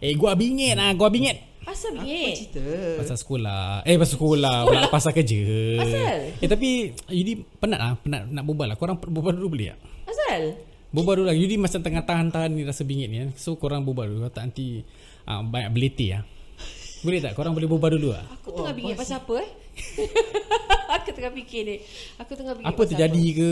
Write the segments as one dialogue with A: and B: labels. A: Eh gua bingit ah, gua bingit.
B: Pasal
C: Apa
B: bingit
C: cerita?
A: Pasal sekolah. Eh pasal sekolah, sekolah? pasal kerja.
B: Pasal?
A: Eh tapi Yudi penat ah, penat nak berbual lah. Korang berbual dulu boleh tak?
B: Pasal
A: Berbual dulu lah. Yudi macam tengah tahan-tahan ni rasa bingit ni kan. So korang berbual dulu. Kalau Tak nanti ah, banyak beletih ah. Boleh tak? Korang boleh berbual dulu ah.
B: Aku tengah bingit Oh, pasal apa eh Aku tengah fikir ni Aku tengah bingit
A: Apa
B: pasal
A: terjadi ke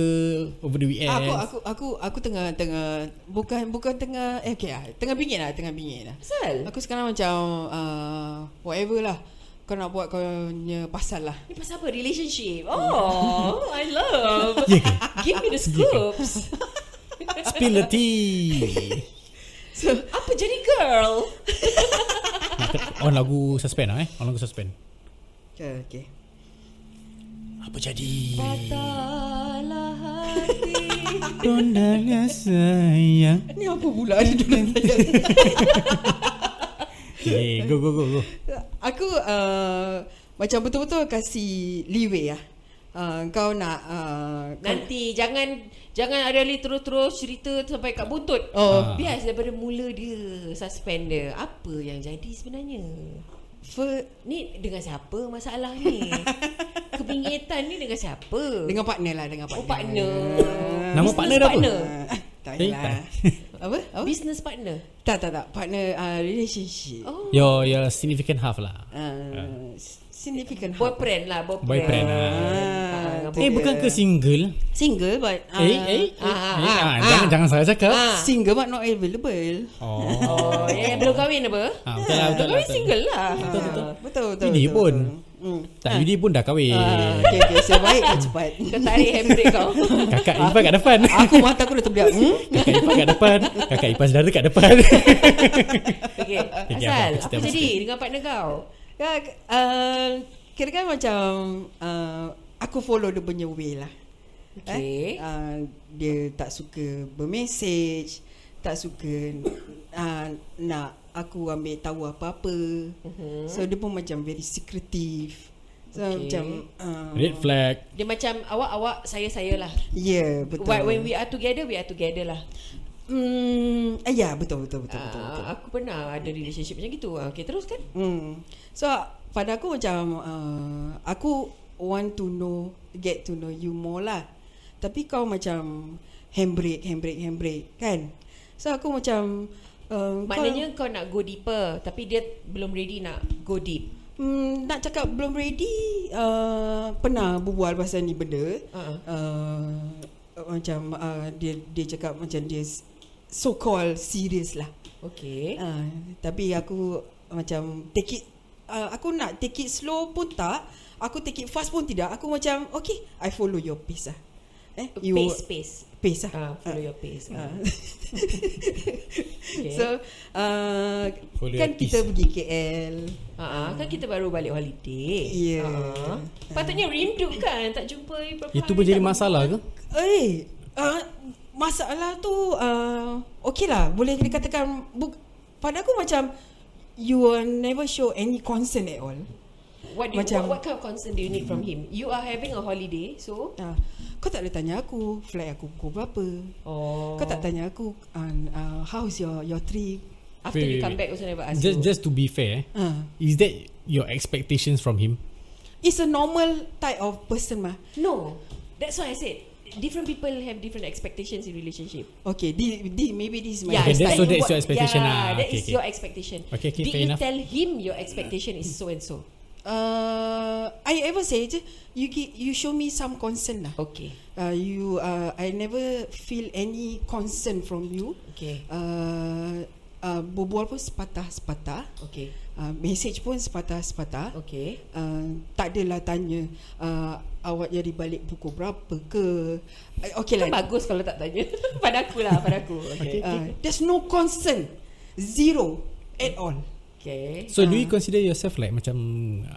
A: over the weekend?
C: Aku aku aku aku tengah tengah bukan bukan tengah eh okay, lah. tengah bingit lah, tengah bingit lah.
B: Pasal
C: Aku sekarang macam uh, whatever lah. Kau nak buat kau punya pasal lah.
B: Ni pasal apa? Relationship Oh I love
A: Ya
B: Give me the scoops
A: Spill the tea.
B: So Apa jadi girl?
A: On lagu suspend lah eh. On lagu suspend.
C: Okay, okay.
A: Apa jadi?
B: Patahlah hati
A: Tundalah sayang.
C: Ni apa pula ni dulu tanya.
A: Okay, Eh, go go go go.
C: Aku uh, macam betul-betul kasi leeway lah. Uh, kau nak uh, kau
B: Nanti jangan Jangan ada Ali terus-terus cerita sampai kat buntut
C: Oh.
B: Biar daripada mula dia Suspend dia Apa yang jadi sebenarnya
C: fir-
B: Ni dengan siapa masalah ni Kebingitan ni dengan siapa
C: dengan partner lah dengan partner.
B: Oh partner
A: Nama
B: Business
A: partner dia apa?
C: Uh, tak
A: Eh,
C: payahlah.
A: tak.
C: apa? apa?
B: Business partner
C: Tak tak tak partner uh, relationship. Oh.
B: Oh
A: Your your significant half lah.
C: Uh, significant hub.
B: Boyfriend lah Boyfriend,
A: Boyfriend lah.
C: Ah,
A: Eh bukan ke single?
C: single but uh,
A: eh eh. eh,
B: ah, ah,
A: eh,
B: ah,
A: ah, jangan jangan salah cakap.
B: Ah.
C: single but not available. Ah,
A: Oh.
B: Oh, yang belum kahwin apa?
A: Ah, betul lah, betul
B: Belum
A: lah,
B: kahwin
A: betul.
B: single lah.
C: Betul betul. Betul betul.
A: Ini
C: betul,
A: pun. Eh.
C: betul. Hmm.
A: Tak, Yudi pun dah kahwin.
C: Ah, okay, okay. So baik kau cepat.
B: Kau tarik handbrake kau.
A: Kakak Ipah kat depan.
C: aku mata aku dah terbedak. Hmm?
A: Kakak Ipah kat depan. Kakak Ipah saudara kat depan.
B: Okey.
A: Okey,
B: Asal
A: apa?
B: apa
A: Mesti,
B: jadi dengan partner kau?
C: Ya, uh, kira kan macam uh, aku follow dia punya way lah.
B: Okey.
C: Eh? Uh, dia tak suka bermessage, tak suka uh, nak aku ambil tahu apa-apa. Uh-huh. So dia pun macam very secretive. So
B: Mhm. Okey.
C: okay. macam uh,
A: Red flag.
B: Dia macam awak-awak saya-saya lah.
C: yeah, ya, betul.
B: Why, when we are together, we are together lah.
C: Hmm, ah, ya, betul betul betul betul. betul.
B: Ah, aku pernah ada relationship macam gitu. Ah, Okey, teruskan.
C: Hmm. So pada aku macam uh, aku want to know get to know you more lah. Tapi kau macam handbrake handbrake handbrake kan. So aku macam um,
B: Maknanya kau nak go deeper tapi dia belum ready nak go deep.
C: Hmm, nak cakap belum ready uh, Pernah berbual pasal ni benda
B: Ah.
C: uh-uh. uh, Macam uh, dia dia cakap macam dia s- So called serious lah
B: Okey.
C: Ah, tapi aku macam take it uh, aku nak take it slow pun tak, aku take it fast pun tidak. Aku macam okay, I follow your pace ah. Eh, you
B: Pace, pace.
C: pace
B: Ah,
C: ah.
B: follow your pace. Ah. okay.
C: So, uh,
A: Follow
C: kan
A: your
C: kita
A: pace.
C: pergi KL.
B: Ah, kan kita baru balik holiday.
C: Ya.
B: Ah. Patutnya rindu kan tak jumpa berapa
A: Itu
B: hari
A: pun jadi
B: tak
A: masalah ke?
C: Eh, uh, masalah tu uh, okay lah, boleh dikatakan buk, pada aku macam you will never show any concern at all.
B: What, do you,
C: Macam-
B: what, what kind of concern do you need from him? You are having a holiday, so
C: Uh, kau tak boleh tanya aku flight aku pukul berapa.
B: oh,
C: Kau tak tanya aku um, uh, How's your your trip
B: after
A: Wait,
B: you
A: wait,
B: come
A: wait.
B: back, also never ask
A: Just
B: you.
A: just to be fair, eh,
C: uh.
A: is that your expectations from him?
C: It's a normal type of person mah
B: No, that's why I said different people have different expectations in relationship.
C: Okay di, di, Maybe this is my
A: Yeah,
C: first
A: Okay, that's-
C: time
A: so that's
B: what-
A: your expectation
B: Yeah,
A: ah.
B: that
A: Okay,
B: is
A: okay.
B: your expectation.
A: Okay, okay,
B: Did
A: fair
B: you
A: enough.
B: tell him your expectation is so and so?
C: uh, I ever say je You gi- you show me some concern lah
B: Okay,
C: uh, You uh, I never feel any concern from you
B: okay,
C: uh, uh, Berbual pun sepatah-sepatah
B: okay,
C: uh, Message pun sepatah-sepatah
B: okay.
C: Uh, tak adalah tanya uh, awak jadi balik pukul berapa ke uh, okay
B: Kan
C: lah
B: bagus kalau tak tanya Pada aku lah Pada aku Okay
C: Uh, there's no concern zero at all
B: Okay
A: So do you consider yourself like macam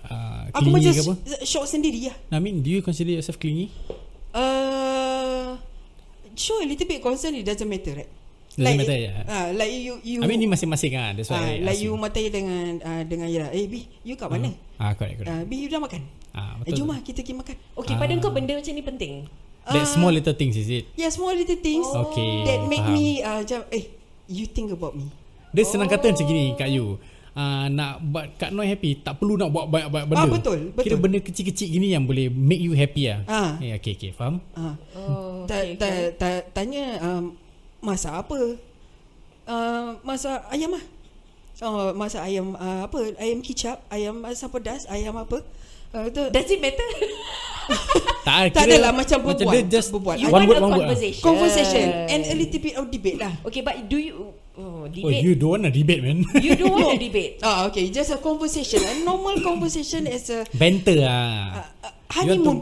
A: uh,
C: Ah. aku
A: clingy
C: macam
A: ke apa?
C: sh- shock sendiri lah
A: I mean, do you consider yourself clingy?
C: uh, sure a little bit concern it doesn't matter right
A: Doesn't matter, yeah.
C: uh, like you you
A: I mean ni masing-masing ah. That's
C: uh,
A: why. I
C: like
A: ask
C: you matai dengan uh, dengan Ira eh Bi you kat mana
A: Ah, correct, correct.
C: uh, Bi you dah makan
A: Ah,
C: eh,
A: betul.
C: jom lah kita pergi makan
B: Okay pada
A: Ah.
B: kau benda macam ni penting
A: That small little things is it?
B: Oh.
C: yeah small little things
A: Okay,
C: Uh, that make
A: faham.
C: me uh, macam eh you think about me
A: Dia senang kata macam gini Kak Yu uh, Nak buat Kak Noi happy Tak perlu nak buat banyak-banyak benda
C: Ah, betul, betul.
A: Kira benda kecil-kecil gini Yang boleh make you happy lah
C: Ah.
A: eh, Okay okay faham
C: Ha.
B: Oh,
C: Ta,
B: okay,
C: ta,
B: okay.
C: ta, tanya um, masak apa? Uh, masak ayam lah. Oh, masak ayam uh, apa? Ayam kicap, ayam asam pedas, ayam apa? Uh, tu,
B: Does it matter?
A: Tak,
C: Tak
A: kira
C: adalah, macam berbual.
A: dia just
C: Berbual.
B: You
A: One
B: want
A: word
B: a
A: one word lah.
B: conversation.
C: conversation and a little bit of debate lah.
B: Okay, but do you oh, debate?
A: Oh you don't want a debate man
B: you don't want to debate.
C: Ah, okay, just a conversation, a normal conversation as a
A: Banter lah
C: uh, uh, honeymoon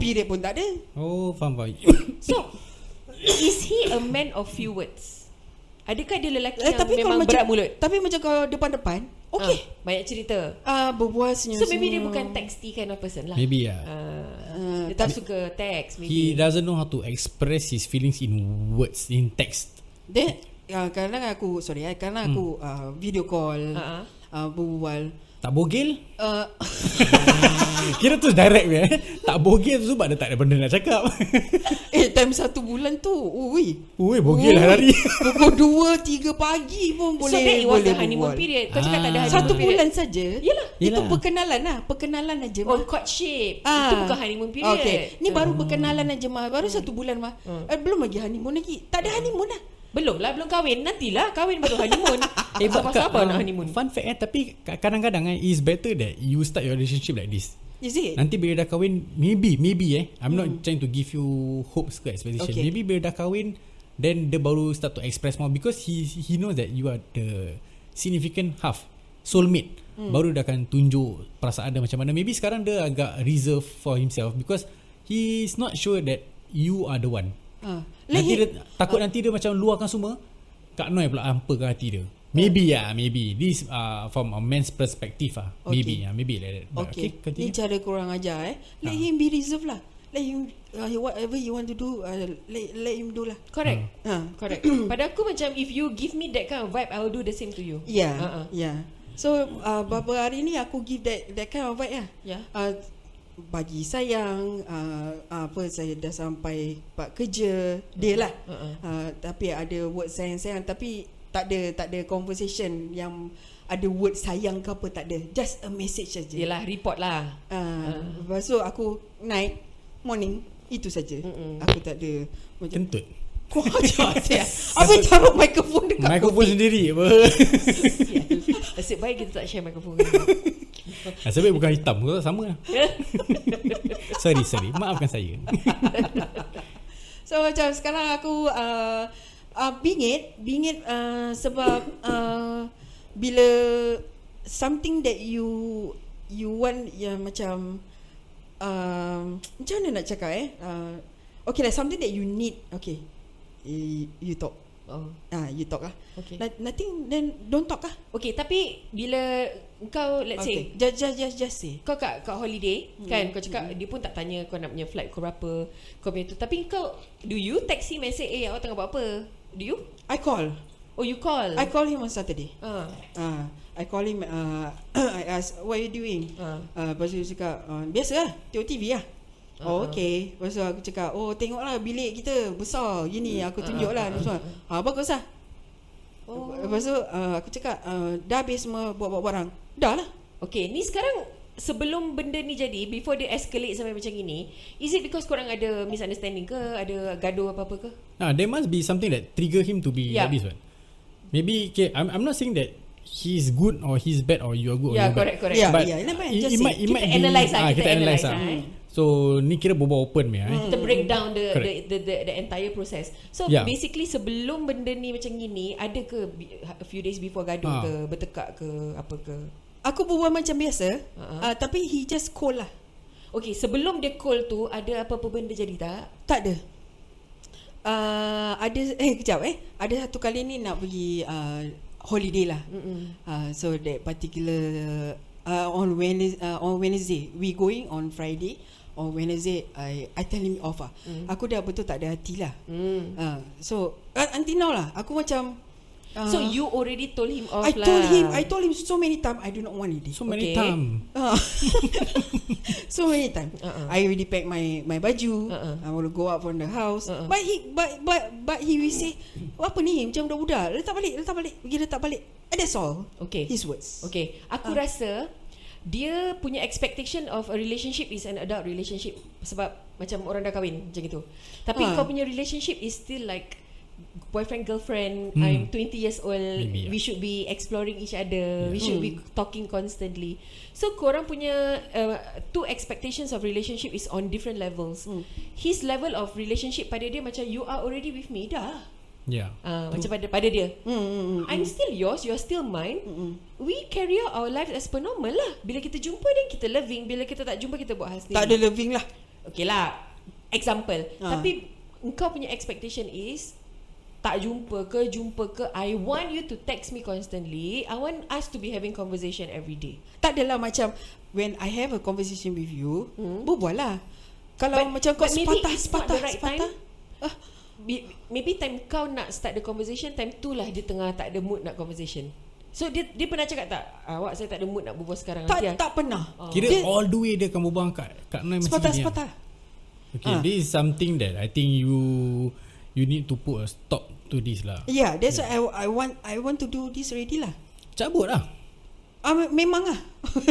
A: to-
C: period pun tak ada.
A: Oh faham faham
B: So, is he a man of few words? Adakah dia lelaki
C: Eh,
B: yang
C: tapi kalau
B: memang
C: macam
B: berat mulut?
C: tapi macam kalau depan-depan, okay.
B: Ah, banyak cerita.
C: Ah, uh, berbual senyum.
B: So maybe dia bukan texty kind of person lah.
A: Maybe lah
B: Ah,
C: Uh,
B: dia tak suka text
A: He
B: maybe.
A: doesn't know how to express his feelings in words in text.
C: Then uh, kadang aku sorry eh kadang aku
B: Hmm.
C: uh, video call
B: Ah, ah.
C: uh-huh. uh, berbual
A: Tak bogel? Ah,
C: uh,
A: Kira tu direct je eh. Tak bogel tu sebab dia tak ada benda nak cakap.
C: eh time satu bulan tu ui
A: Ui, bogel lah hari.
C: pukul 2 3 pagi pun
B: so
C: boleh
B: that it was
C: boleh
B: the honeymoon
C: berbual.
B: period. Kau cakap tak ada
A: Ah.
B: honeymoon
C: Satu
B: period.
C: bulan saja.
B: Yelah.
C: Itu
A: Yelah.
C: perkenalan lah, perkenalan aja.
B: Oh courtship. Itu bukan honeymoon period. Hmm.
C: Okay. Ah. Ni
B: Ah.
C: baru perkenalan aja mah. Baru satu bulan mah. Eh, belum lagi honeymoon lagi.
B: Hmm.
C: Tak ada honeymoon lah.
B: Belum lah, belum kahwin. Nantilah kahwin baru honeymoon. eh,
A: but
B: pasal
A: Kak,
B: apa nak
A: um,
B: honeymoon?
A: Fun fact eh, tapi ka- kadang-kadang eh, it's better that you start your relationship like this.
C: Is
B: Eh.
C: it?
A: Nanti bila dah kahwin, maybe, maybe eh. I'm not
B: Hmm.
A: trying to give you hopes ke expectation.
C: Okay.
A: Maybe bila dah kahwin, then dia baru start to express more because he he knows that you are the significant half, soulmate.
B: Hmm.
A: Baru dia akan tunjuk perasaan dia macam mana. Maybe sekarang dia agak reserve for himself because he's not sure that you are the one.
C: Ha.
A: Nanti dia
C: Lagi
A: takut nanti dia macam luahkan semua Kak Noi pula hampa ke hati dia Maybe lah maybe This uh, from a man's perspective lah okay.
C: Okay.
A: Maybe lah maybe like that But,
C: Okay, okay
A: continue
C: ni cara korang ajar eh. Let him be reserved lah. Let him uh, whatever you want to do, uh, let, let him do lah.
A: Hmm.
B: Correct.
C: Ha.
B: Correct. Pada aku macam if you give me that kind of vibe, I will do the same to you.
C: Yeah,
B: Uh-uh.
C: uh-uh. yeah. So uh, beberapa hari ni aku give that that kind of vibe lah.
B: Yeah.
C: Uh, bagi sayang, uh, apa saya dah sampai part kerja dia lah.
B: Uh-uh.
C: Uh, tapi ada word sayang-sayang tapi tak ada tak ada conversation yang ada word sayang ke apa tak ada. Just a message saja.
B: Yelah, report lah.
C: Ah, lepas tu aku night morning itu saja. Aku tak ada macam
A: Kentut
C: kau ajar saya. Apa taruh mikrofon dekat
A: Mikrofon sendiri apa
C: Ya.
B: Sial. Nasib baik kita tak share mikrofon.
A: Nasib baik bukan hitam ke Sama lah Sorry sorry Maafkan saya
C: So macam sekarang aku uh, uh, bingit, bingit uh, sebab uh, bila something that you you want yang macam um, macam mana nak cakap eh? Uh, okay lah something that you need. Okay. You, you talk.
B: Oh.
C: Ah, you talk lah.
B: Okay.
C: Na- Nothing then don't talk lah.
B: Okay, tapi bila kau, let's okay. say,
C: Okay. Just, just, just, just say.
B: kau kat, kat holiday, kan? Kau cakap, dia pun tak tanya kau nak punya flight kau berapa. Kau punya tu. Tapi kau, do you text him and say, eh, awak tengah buat apa? Do you?
C: I call.
B: Oh, you call?
C: I call him on Saturday.
B: Ah.
C: Ah, I call him. Uh, I ask, what are you doing?
B: Ah.
C: Uh, lepas tu dia cakap, uh, biasa lah, tengok TV lah.
B: Ah, ah.
C: Oh, okay. Lepas tu aku cakap, oh tengoklah bilik kita besar gini.
B: Hmm.
C: Aku tunjuk lah. Lepas tu, ah, bagus lah.
B: Uh-huh. Oh.
C: Lepas tu uh, aku cakap, uh, dah habis semua buat-buat barang. Dah lah.
B: Okay, ni sekarang sebelum benda ni jadi, before dia escalate sampai macam ini, is it because korang ada misunderstanding ke? Ada gaduh apa-apa ke?
A: Nah, There must be something that Trigger him to be
B: Yeah.
A: like this one Maybe okay, I'm, I'm not saying that He's good or he's bad Or you are good or you are bad
B: Yeah, Ya, correct, correct.
C: Yeah,
A: But
C: yeah, yeah,
A: it, it,
C: just
A: might, it
C: say.
B: Kita
A: might be
B: analyse lah,
A: ah,
B: kita
A: Kita analyse
B: analyse
A: lah
B: lah, eh.
A: So ni kira berbual open punya eh
B: Hmm. Kita break down the the,
A: Correct.
B: the the the entire process. So yeah.
A: Yeah.
B: basically sebelum benda ni macam gini, ada ke bi- a few days before gaduh
A: Ah.
B: ke, bertekak ke, apa ke?
C: Aku berbual macam biasa.
B: Ah,
C: Uh, tapi he just call lah.
B: Okay, sebelum dia call tu ada apa-apa benda jadi tak?
C: Tak ada. Uh, ada eh kejap eh. Ada satu kali ni nak pergi uh, holiday lah. Uh, so that particular uh, on Wednesday uh, on Wednesday we going on Friday. On Wednesday I I tell him off ah.
B: Mm.
C: Aku dah betul tak ada hati lah.
B: Hmm.
C: Uh, so uh, until now lah aku macam uh,
B: So you already told him off
C: I
B: lah.
C: told him I told him so many time I do not want it.
A: So many
B: Okay.
A: time
C: Ah. so many time.
B: Uh-uh.
C: Uh-uh. I already pack my my baju.
B: Uh-uh.
C: Uh-uh. I want to go out from the house.
B: Uh-uh.
C: Uh-uh. "Oh, But he but but but he will say, "Apa ni? Macam budak-budak. Letak balik, letak balik. Pergi letak balik." And that's all.
B: Okay.
C: His words.
B: Okay, aku uh. rasa dia punya expectation of a relationship is an adult relationship sebab macam orang dah kahwin macam gitu. Tapi uh.
C: Ah.
B: kau punya relationship is still like boyfriend girlfriend. Hmm. I'm 20 years old.
A: Maybe,
B: Maybe,
A: yeah.
B: we should be exploring each other. Yeah. We should be talking constantly. So korang punya uh, two expectations of relationship is on different levels. Hmm. His level of relationship pada dia macam you are already with me dah.
A: Yeah.
B: Uh, macam pada pada dia
C: Mm, mm, mm.
B: I'm still yours, you're still mine. Mm-mm. We carry out our life as per normal lah. Bila kita jumpa then kita loving, bila kita tak jumpa kita buat hal sendiri.
C: Tak ada loving lah.
B: Okay lah. Example.
C: Ah.
B: Tapi kau punya expectation is tak jumpa ke jumpa ke I want you to text me constantly. I want us to be having conversation every day.
C: Tak adalah macam when I have a conversation with you, hmm. berbual lah. Kalau
B: But-
C: macam kau
B: but maybe it's
C: sepatah,
B: not
C: sepatah,
B: the right
C: sepatah. Ah.
B: time. Be- Maybe time kau nak start the conversation Time tu lah dia tengah tak ada mood nak conversation So dia dia pernah cakap tak Ah, Awak saya tak ada mood nak berbual sekarang
C: Tak,
B: Nanti ah. I-
C: tak pernah.
B: Oh.
A: Kira
C: Dia-
A: all the way dia akan berbual kat kat Noi macam
C: Sepatah,
A: gini, ah.
C: sepatah.
A: Okay,
C: Ah.
A: this is something that I think you you need to put a stop to this lah.
C: Yeah, that's yeah. why I, I want I want to do this already lah.
A: Cabut lah.
C: Ah, me- memang lah.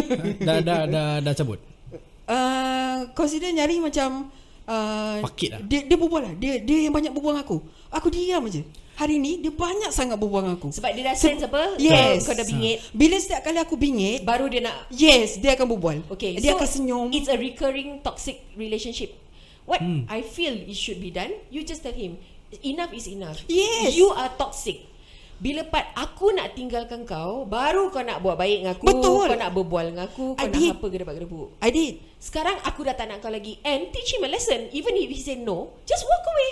A: dah, dah dah dah cabut.
C: uh, consider nyari macam uh,
A: Pakit lah.
C: Dia, dia berbual lah. Dia, dia yang banyak berbual dengan aku. Aku diam je. Hari ni dia banyak sangat berbual dengan aku.
B: Sebab dia dah sense apa
C: Yes. Ha.
B: Kau kau dah bingit
C: Bila setiap kali aku bingit,
B: Baru dia nak
C: yes, dia akan berbual.
B: Okay
C: dia akan senyum.
B: It's a recurring toxic relationship What hmm. I feel it should be done You just tell him Enough is enough
C: Yes.
B: You are toxic bila part aku nak tinggalkan kau Baru kau nak buat baik dengan aku
C: Betul.
B: Kau nak berbual dengan aku Kau
C: I
B: nak
C: did.
B: apa gedebak-gedebuk
C: I did.
B: Sekarang aku dah tak nak kau lagi And teach him a lesson Even if he say no Just walk away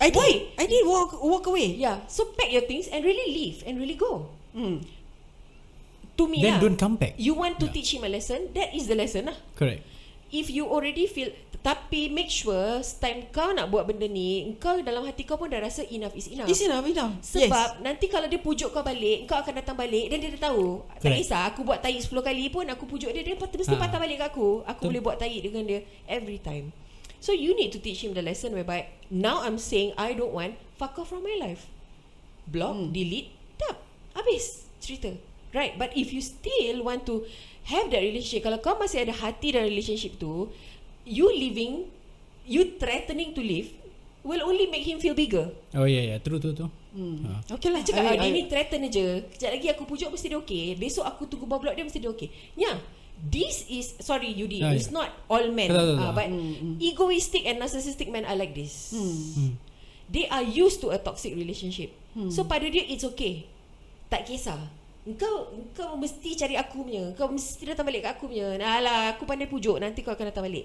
C: I did.
B: Why?
C: I did walk walk away.
B: Yeah So pack your things And really leave And really go
C: Hmm.
B: To me
A: Then
B: lah
A: don't come back.
B: You want to
A: Yeah.
B: teach him a lesson That is the lesson lah
A: Correct.
B: If you already feel Tapi make sure Time kau nak buat benda ni Kau dalam hati kau pun dah rasa Enough is enough
C: Is enough, enough.
B: Sebab yes. nanti kalau dia pujuk kau balik Kau akan datang balik Dan dia dah tahu Tak
A: Correct.
B: kisah Aku buat tahi 10 kali pun Aku pujuk dia Dia pat- mesti
A: Ha.
B: patah balik ke aku
A: Betul.
B: Aku boleh buat tahi dengan dia Every time So you need to teach him the lesson Whereby Now I'm saying I don't want Fuck off from my life Block hmm. Delete Tap Habis Cerita Right But if you still want to Have that relationship Kalau kau masih ada hati dalam relationship tu You living You threatening to live Will only make him feel bigger
A: Oh yeah yeah, true true true. Hmm. Ha.
C: yes. Okay lah.
B: dia cakap ah,
C: I-
B: dia
C: I-
B: ni threaten je Kejap lagi aku pujuk mesti dia okay Besok aku tunggu bawah blok dia mesti dia okay Ya This is Sorry Yudi
A: Ya,
B: yeah, It's
A: ya.
B: not all men
A: Tak, tak, tak,
B: Ah,
A: tak.
B: But Egoistic and narcissistic men are like this They are used to a toxic relationship So pada dia it's okay Tak kisah Engkau Engkau mesti cari aku punya Kau mesti datang balik kat aku punya Alah aku pandai pujuk Nanti kau akan datang balik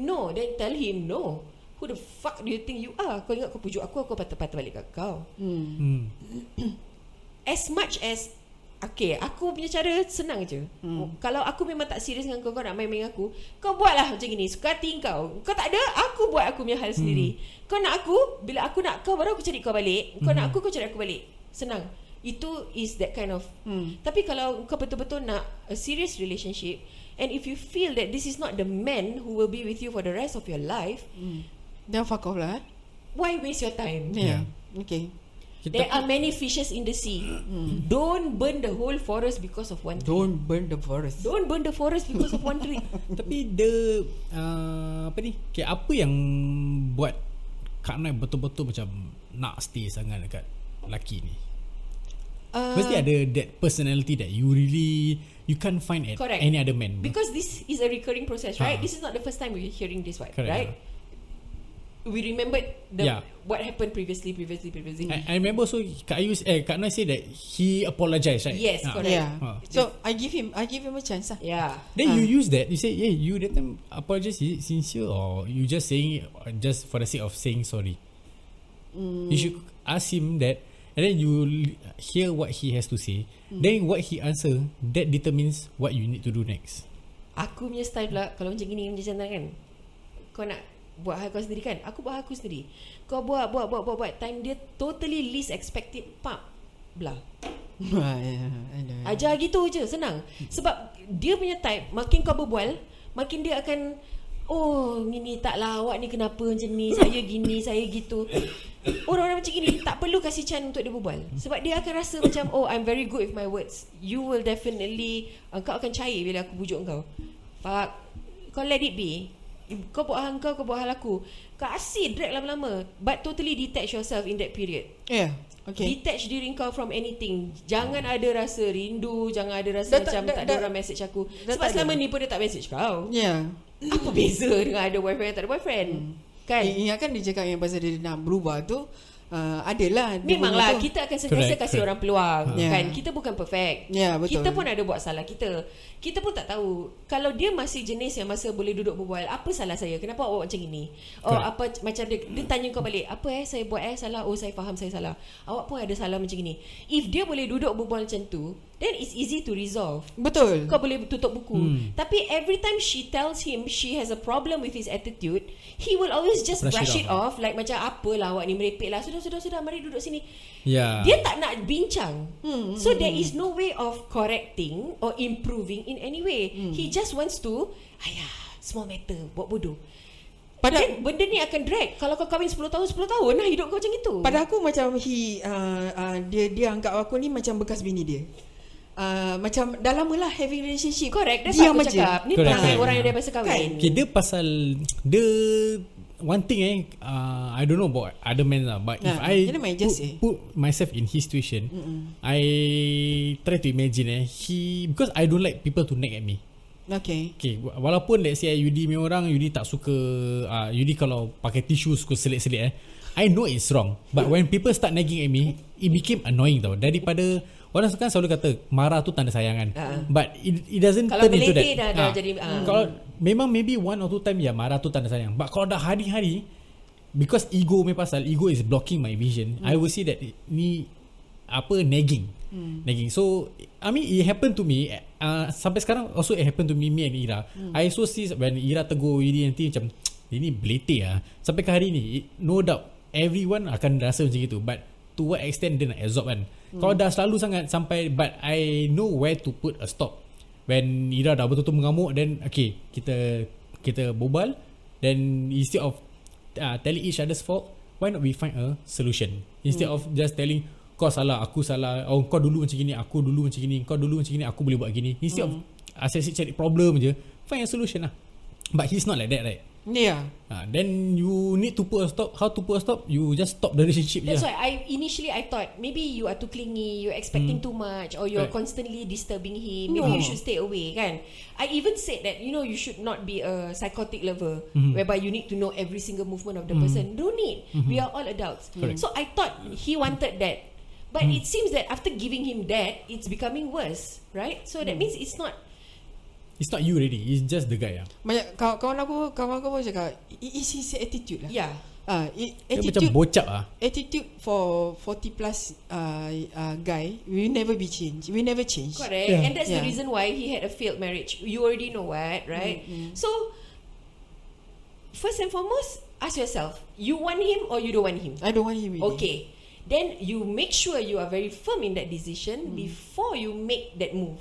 B: No Then tell him no Who the fuck do you think you are Kau ingat kau pujuk aku Aku patah-patah balik kat kau
A: Hmm.
B: as much as Okay, aku punya cara senang je. Hmm. Kalau aku memang tak serius dengan kau, kau nak main-main dengan aku, kau buatlah macam gini. Suka hati kau. Kau tak ada, aku buat aku punya hal sendiri. Kau nak aku, bila aku nak kau, baru aku cari kau balik. Kau hmm. nak aku, kau cari aku balik. Senang. Itu is that kind of... Hmm. Tapi kalau kau betul-betul nak a serious relationship, and if you feel that this is not the man who will be with you for the rest of your life,
C: Then fuck off lah. eh.
B: why waste your time?
A: Yeah.
C: Okay.
B: There
A: Kita
B: are many fishes in the sea. Hmm. Don't burn the whole forest because of one tree.
C: Don't burn the forest.
B: Don't burn the forest because of one tree.
A: tapi the uh, apa ni? Okay, apa yang buat Kak Noi betul-betul macam nak stay sangat dekat laki ni?
C: Uh,
A: Mesti ada that personality that you really you can't find at
B: Correct.
A: any other man.
B: Because this is a recurring process,
A: Ah.
B: right? This is not the first time we're hearing this one,
A: Correct.
B: right? We remembered the
A: Yeah. Eh.
B: what happened previously, previously, previously.
A: I, I remember so Kak Ayu eh Kak Noi say that he apologize right?
B: Yes,
A: Ah.
B: correct.
C: Yeah.
A: Ah.
C: So I give him I give him a chance lah.
B: Yeah.
A: Then
C: Ah.
A: you use that You say Yeah you that time Apologize is it sincere Or you just saying it uh, Just for the sake of saying sorry
B: Mm.
A: You should ask him that And then you l- Hear what he has to say
B: Mm.
A: Then what he answer That determines What you need to do next
B: Aku punya style pula Kalau macam gini Macam sana kan Kau nak Buat hal kau sendiri kan Aku buat hal aku sendiri Kau buat Buat buat buat buat Time dia totally least expected Pap Belah
C: Ah, yeah, I know.
B: Ajar gitu je Senang Sebab dia punya type Makin kau berbual Makin dia akan Oh ni ni tak lah awak ni kenapa macam ni Saya gini saya gitu Orang-orang macam gini tak perlu kasih chance untuk dia berbual Sebab dia akan rasa macam Oh I'm very good with my words You will definitely uh, Kau akan cair bila aku bujuk kau Pak Kau let it be Kau buat hal kau, kau buat hal aku Kau asyik drag lama-lama But totally detach yourself in that period Okay.
C: Yeah. Okay. Hmm.
B: Detach diri kau from anything. Jangan ada rasa rindu, jangan ada rasa dah,
C: Dah tak-
B: macam
C: dah-
B: tak, ada
C: dah-
B: orang message aku.
C: dah
B: Sebab
C: tak
B: selama
C: ada.
B: ni pun dia tak message kau.
C: Yeah.
B: Apa beza dengan ada boyfriend tak ada boyfriend? Hmm. Kan?
C: Eh, Ingat kan dia cakap yang pasal dia nak berubah tu uh, adalah dia
B: Memanglah
C: punya tu.
B: kita akan sentiasa
A: Correct,
B: kasih
A: correct.
B: orang peluang
C: Ha.
B: yeah. kan.
C: Yeah.
B: Kita bukan perfect.
C: Ya, betul.
B: Kita pun ada buat salah kita. Kita pun tak tahu kalau dia masih jenis yang masa boleh duduk berbual, apa salah saya? Kenapa awak macam ini? Oh,
A: Correct.
B: apa macam dia dia tanya kau balik, apa eh saya buat eh salah? Oh, saya faham saya salah. Awak pun ada salah macam ini. If dia boleh duduk berbual macam tu, then it's easy to resolve.
C: betul.
B: Kau boleh tutup buku
A: Hmm.
B: hmm. Tapi every time she tells him She has a problem with his attitude He will always just
A: Brush it
B: brush, it
A: off.
B: off. Like macam apalah awak ni merepek lah Sudah sudah sudah mari duduk sini
A: Yeah.
B: Dia tak nak bincang hmm. So there is no way of correcting Or improving in any way hmm. He just wants to Ayah small matter Buat bodoh
C: Pada-
B: Pada Then, benda ni akan drag Kalau kau kahwin 10 tahun 10 tahun lah hidup kau macam itu
C: Pada aku macam he uh, uh, dia dia anggap aku ni macam bekas bini dia. Uh, macam dah lama lah having relationship.
B: Correct That's
C: Diam
B: what aku
C: aja.
B: cakap Ni
A: Correct,
B: perangai
A: correct.
B: orang yang dah biasa kahwin
A: Okay, dia pasal dia one thing eh uh, I don't know about other men lah but if
C: Nah,
A: I
C: kena main
A: put,
C: just eh.
A: put myself in his situation Mm-mm. I try to imagine eh he because I don't like people to nag at me
C: Okay.
A: Okay, wa- walaupun let's say Yudi punya orang Yudi tak suka uh, Yudi kalau pakai tisu suka selit-selit eh I know it's wrong But when people start nagging at me It became annoying tau Daripada Orang sekarang selalu kata Marah tu tanda sayangan
C: Ah.
A: uh-huh. But it, it doesn't
B: Kalau
A: turn into that
B: meletih dah- dah
A: Ah.
B: jadi, ah.
A: Kalau Memang maybe one or two time Ya marah tu tanda sayang But kalau dah hari-hari Because ego punya pasal Ego is blocking my vision
B: Hmm.
A: I will see that Ni Apa nagging
B: Hmm.
A: Nagging So I mean it happened to me uh, Sampai sekarang Also it happened to me Me and Ira
B: Hmm.
A: I also see When Ira tegur Yudi nanti macam Dia ni beletih lah Sampai ke hari ni it, No doubt Everyone akan rasa macam itu But To what extent dia nak absorb kan
B: Hmm.
A: Kalau dah selalu sangat Sampai But I know where to put a stop When Ira dah betul-betul mengamuk Then okay Kita Kita berbual Then instead of uh, Telling each other's fault Why not we find a solution Instead hmm. of just telling Kau salah Aku salah Oh kau dulu macam gini Aku dulu macam gini Kau dulu macam gini Aku boleh buat gini Instead hmm. of Asyik-asyik cari problem je Find a solution lah But he's not like that right
C: Yeah.
A: uh, Then you need to put a stop How to put a stop You just stop the relationship
B: That's
A: je
B: why I initially I thought maybe you are too clingy, you're expecting mm. too much, or you're
A: Correct.
B: constantly disturbing him. Maybe
C: No.
B: you should stay away, kan? I even said that you know you should not be a psychotic lover, whereby you need to know every single movement of the person. Don't need. We are all adults.
A: Correct.
B: So I thought he wanted that, but it seems that after giving him that, it's becoming worse, right? So that means it's not.
A: It's not you already It's just the guy lah
C: Banyak kawan, kawan aku kawan aku pun cakap it is his attitude lah.
B: Yeah.
C: Ah, it,
A: Dia macam
C: attitude
A: bocap lah
C: attitude for 40 plus uh, uh, guy will never be changed. Will never change.
B: Correct.
A: Yeah.
B: And that's the
C: Yeah.
B: reason why he had a failed marriage. You already know what, right? So, first and foremost, ask yourself you want him or you don't want him?
C: I don't want him. really.
B: Okay. Then you make sure you are very firm in that decision before you make that move.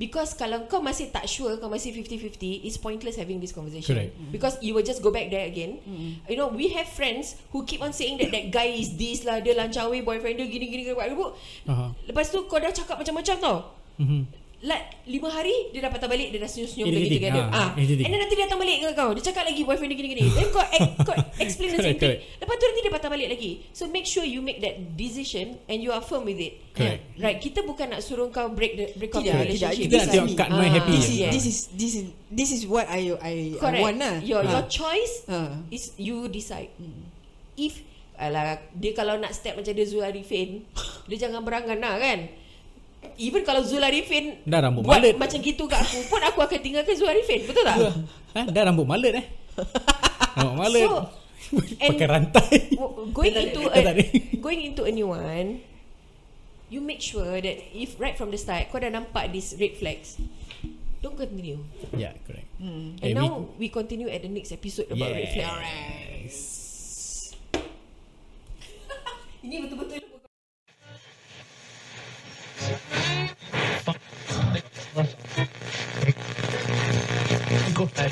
B: Because kalau kau masih tak sure, kau masih 50-50, it's pointless having this conversation.
A: Correct.
B: Because you will just go back there again. You know, we have friends who keep on saying that that guy is this lah, dia lancawi, boyfriend dia gini-gini, kena buat ribut.
A: Aha.
B: Lepas tu kau dah cakap macam-macam tau.
A: Mhm.
B: Like lima hari Dia dah patah balik Dia dah senyum-senyum
A: Irritating,
B: lagi tiga dia
A: ah,
B: ah. And
A: irritating.
B: then nanti dia datang balik ke kau Dia cakap lagi boyfriend dia gini-gini Then kau, ex- kau explain the
A: Correct,
B: same thing
A: correct.
B: Lepas tu nanti dia patah balik lagi So make sure you make that decision And you are firm with it
A: Correct.
B: Right Kita bukan nak suruh kau break the, break off
C: Tidak,
B: the
A: Correct.
C: tidak.
B: Ya, relationship
A: Kita nak tengok kat Noi
B: Ah,
A: happy
C: This
A: je.
C: is,
B: yeah.
C: this is this is this is what I I, I
B: Correct
C: want lah.
B: your,
C: Ah.
B: your choice
C: Ah.
B: is you decide Hmm. If Alah Dia kalau nak step macam dia Zul Arifin Dia jangan berangan lah kan Even kalau Zul Arifin
A: Dah rambut
B: buat
A: malet.
B: macam gitu kat aku pun Aku akan tinggalkan Zul Arifin Betul tak?
A: ha, dah rambut malet eh. Rambut malet.
B: So, and-
A: Pakai rantai.
B: Wo- Going into
A: Dah
B: a,
A: tak ada.
B: Going into a new one You make sure that If right from the start Kau dah nampak this red flags Don't continue
A: yeah, Ya, correct.
B: Hmm, And
A: Eh, we-
B: now we, continue at the next episode About red
A: Yes.
B: flags Ini betul-betul
D: go back.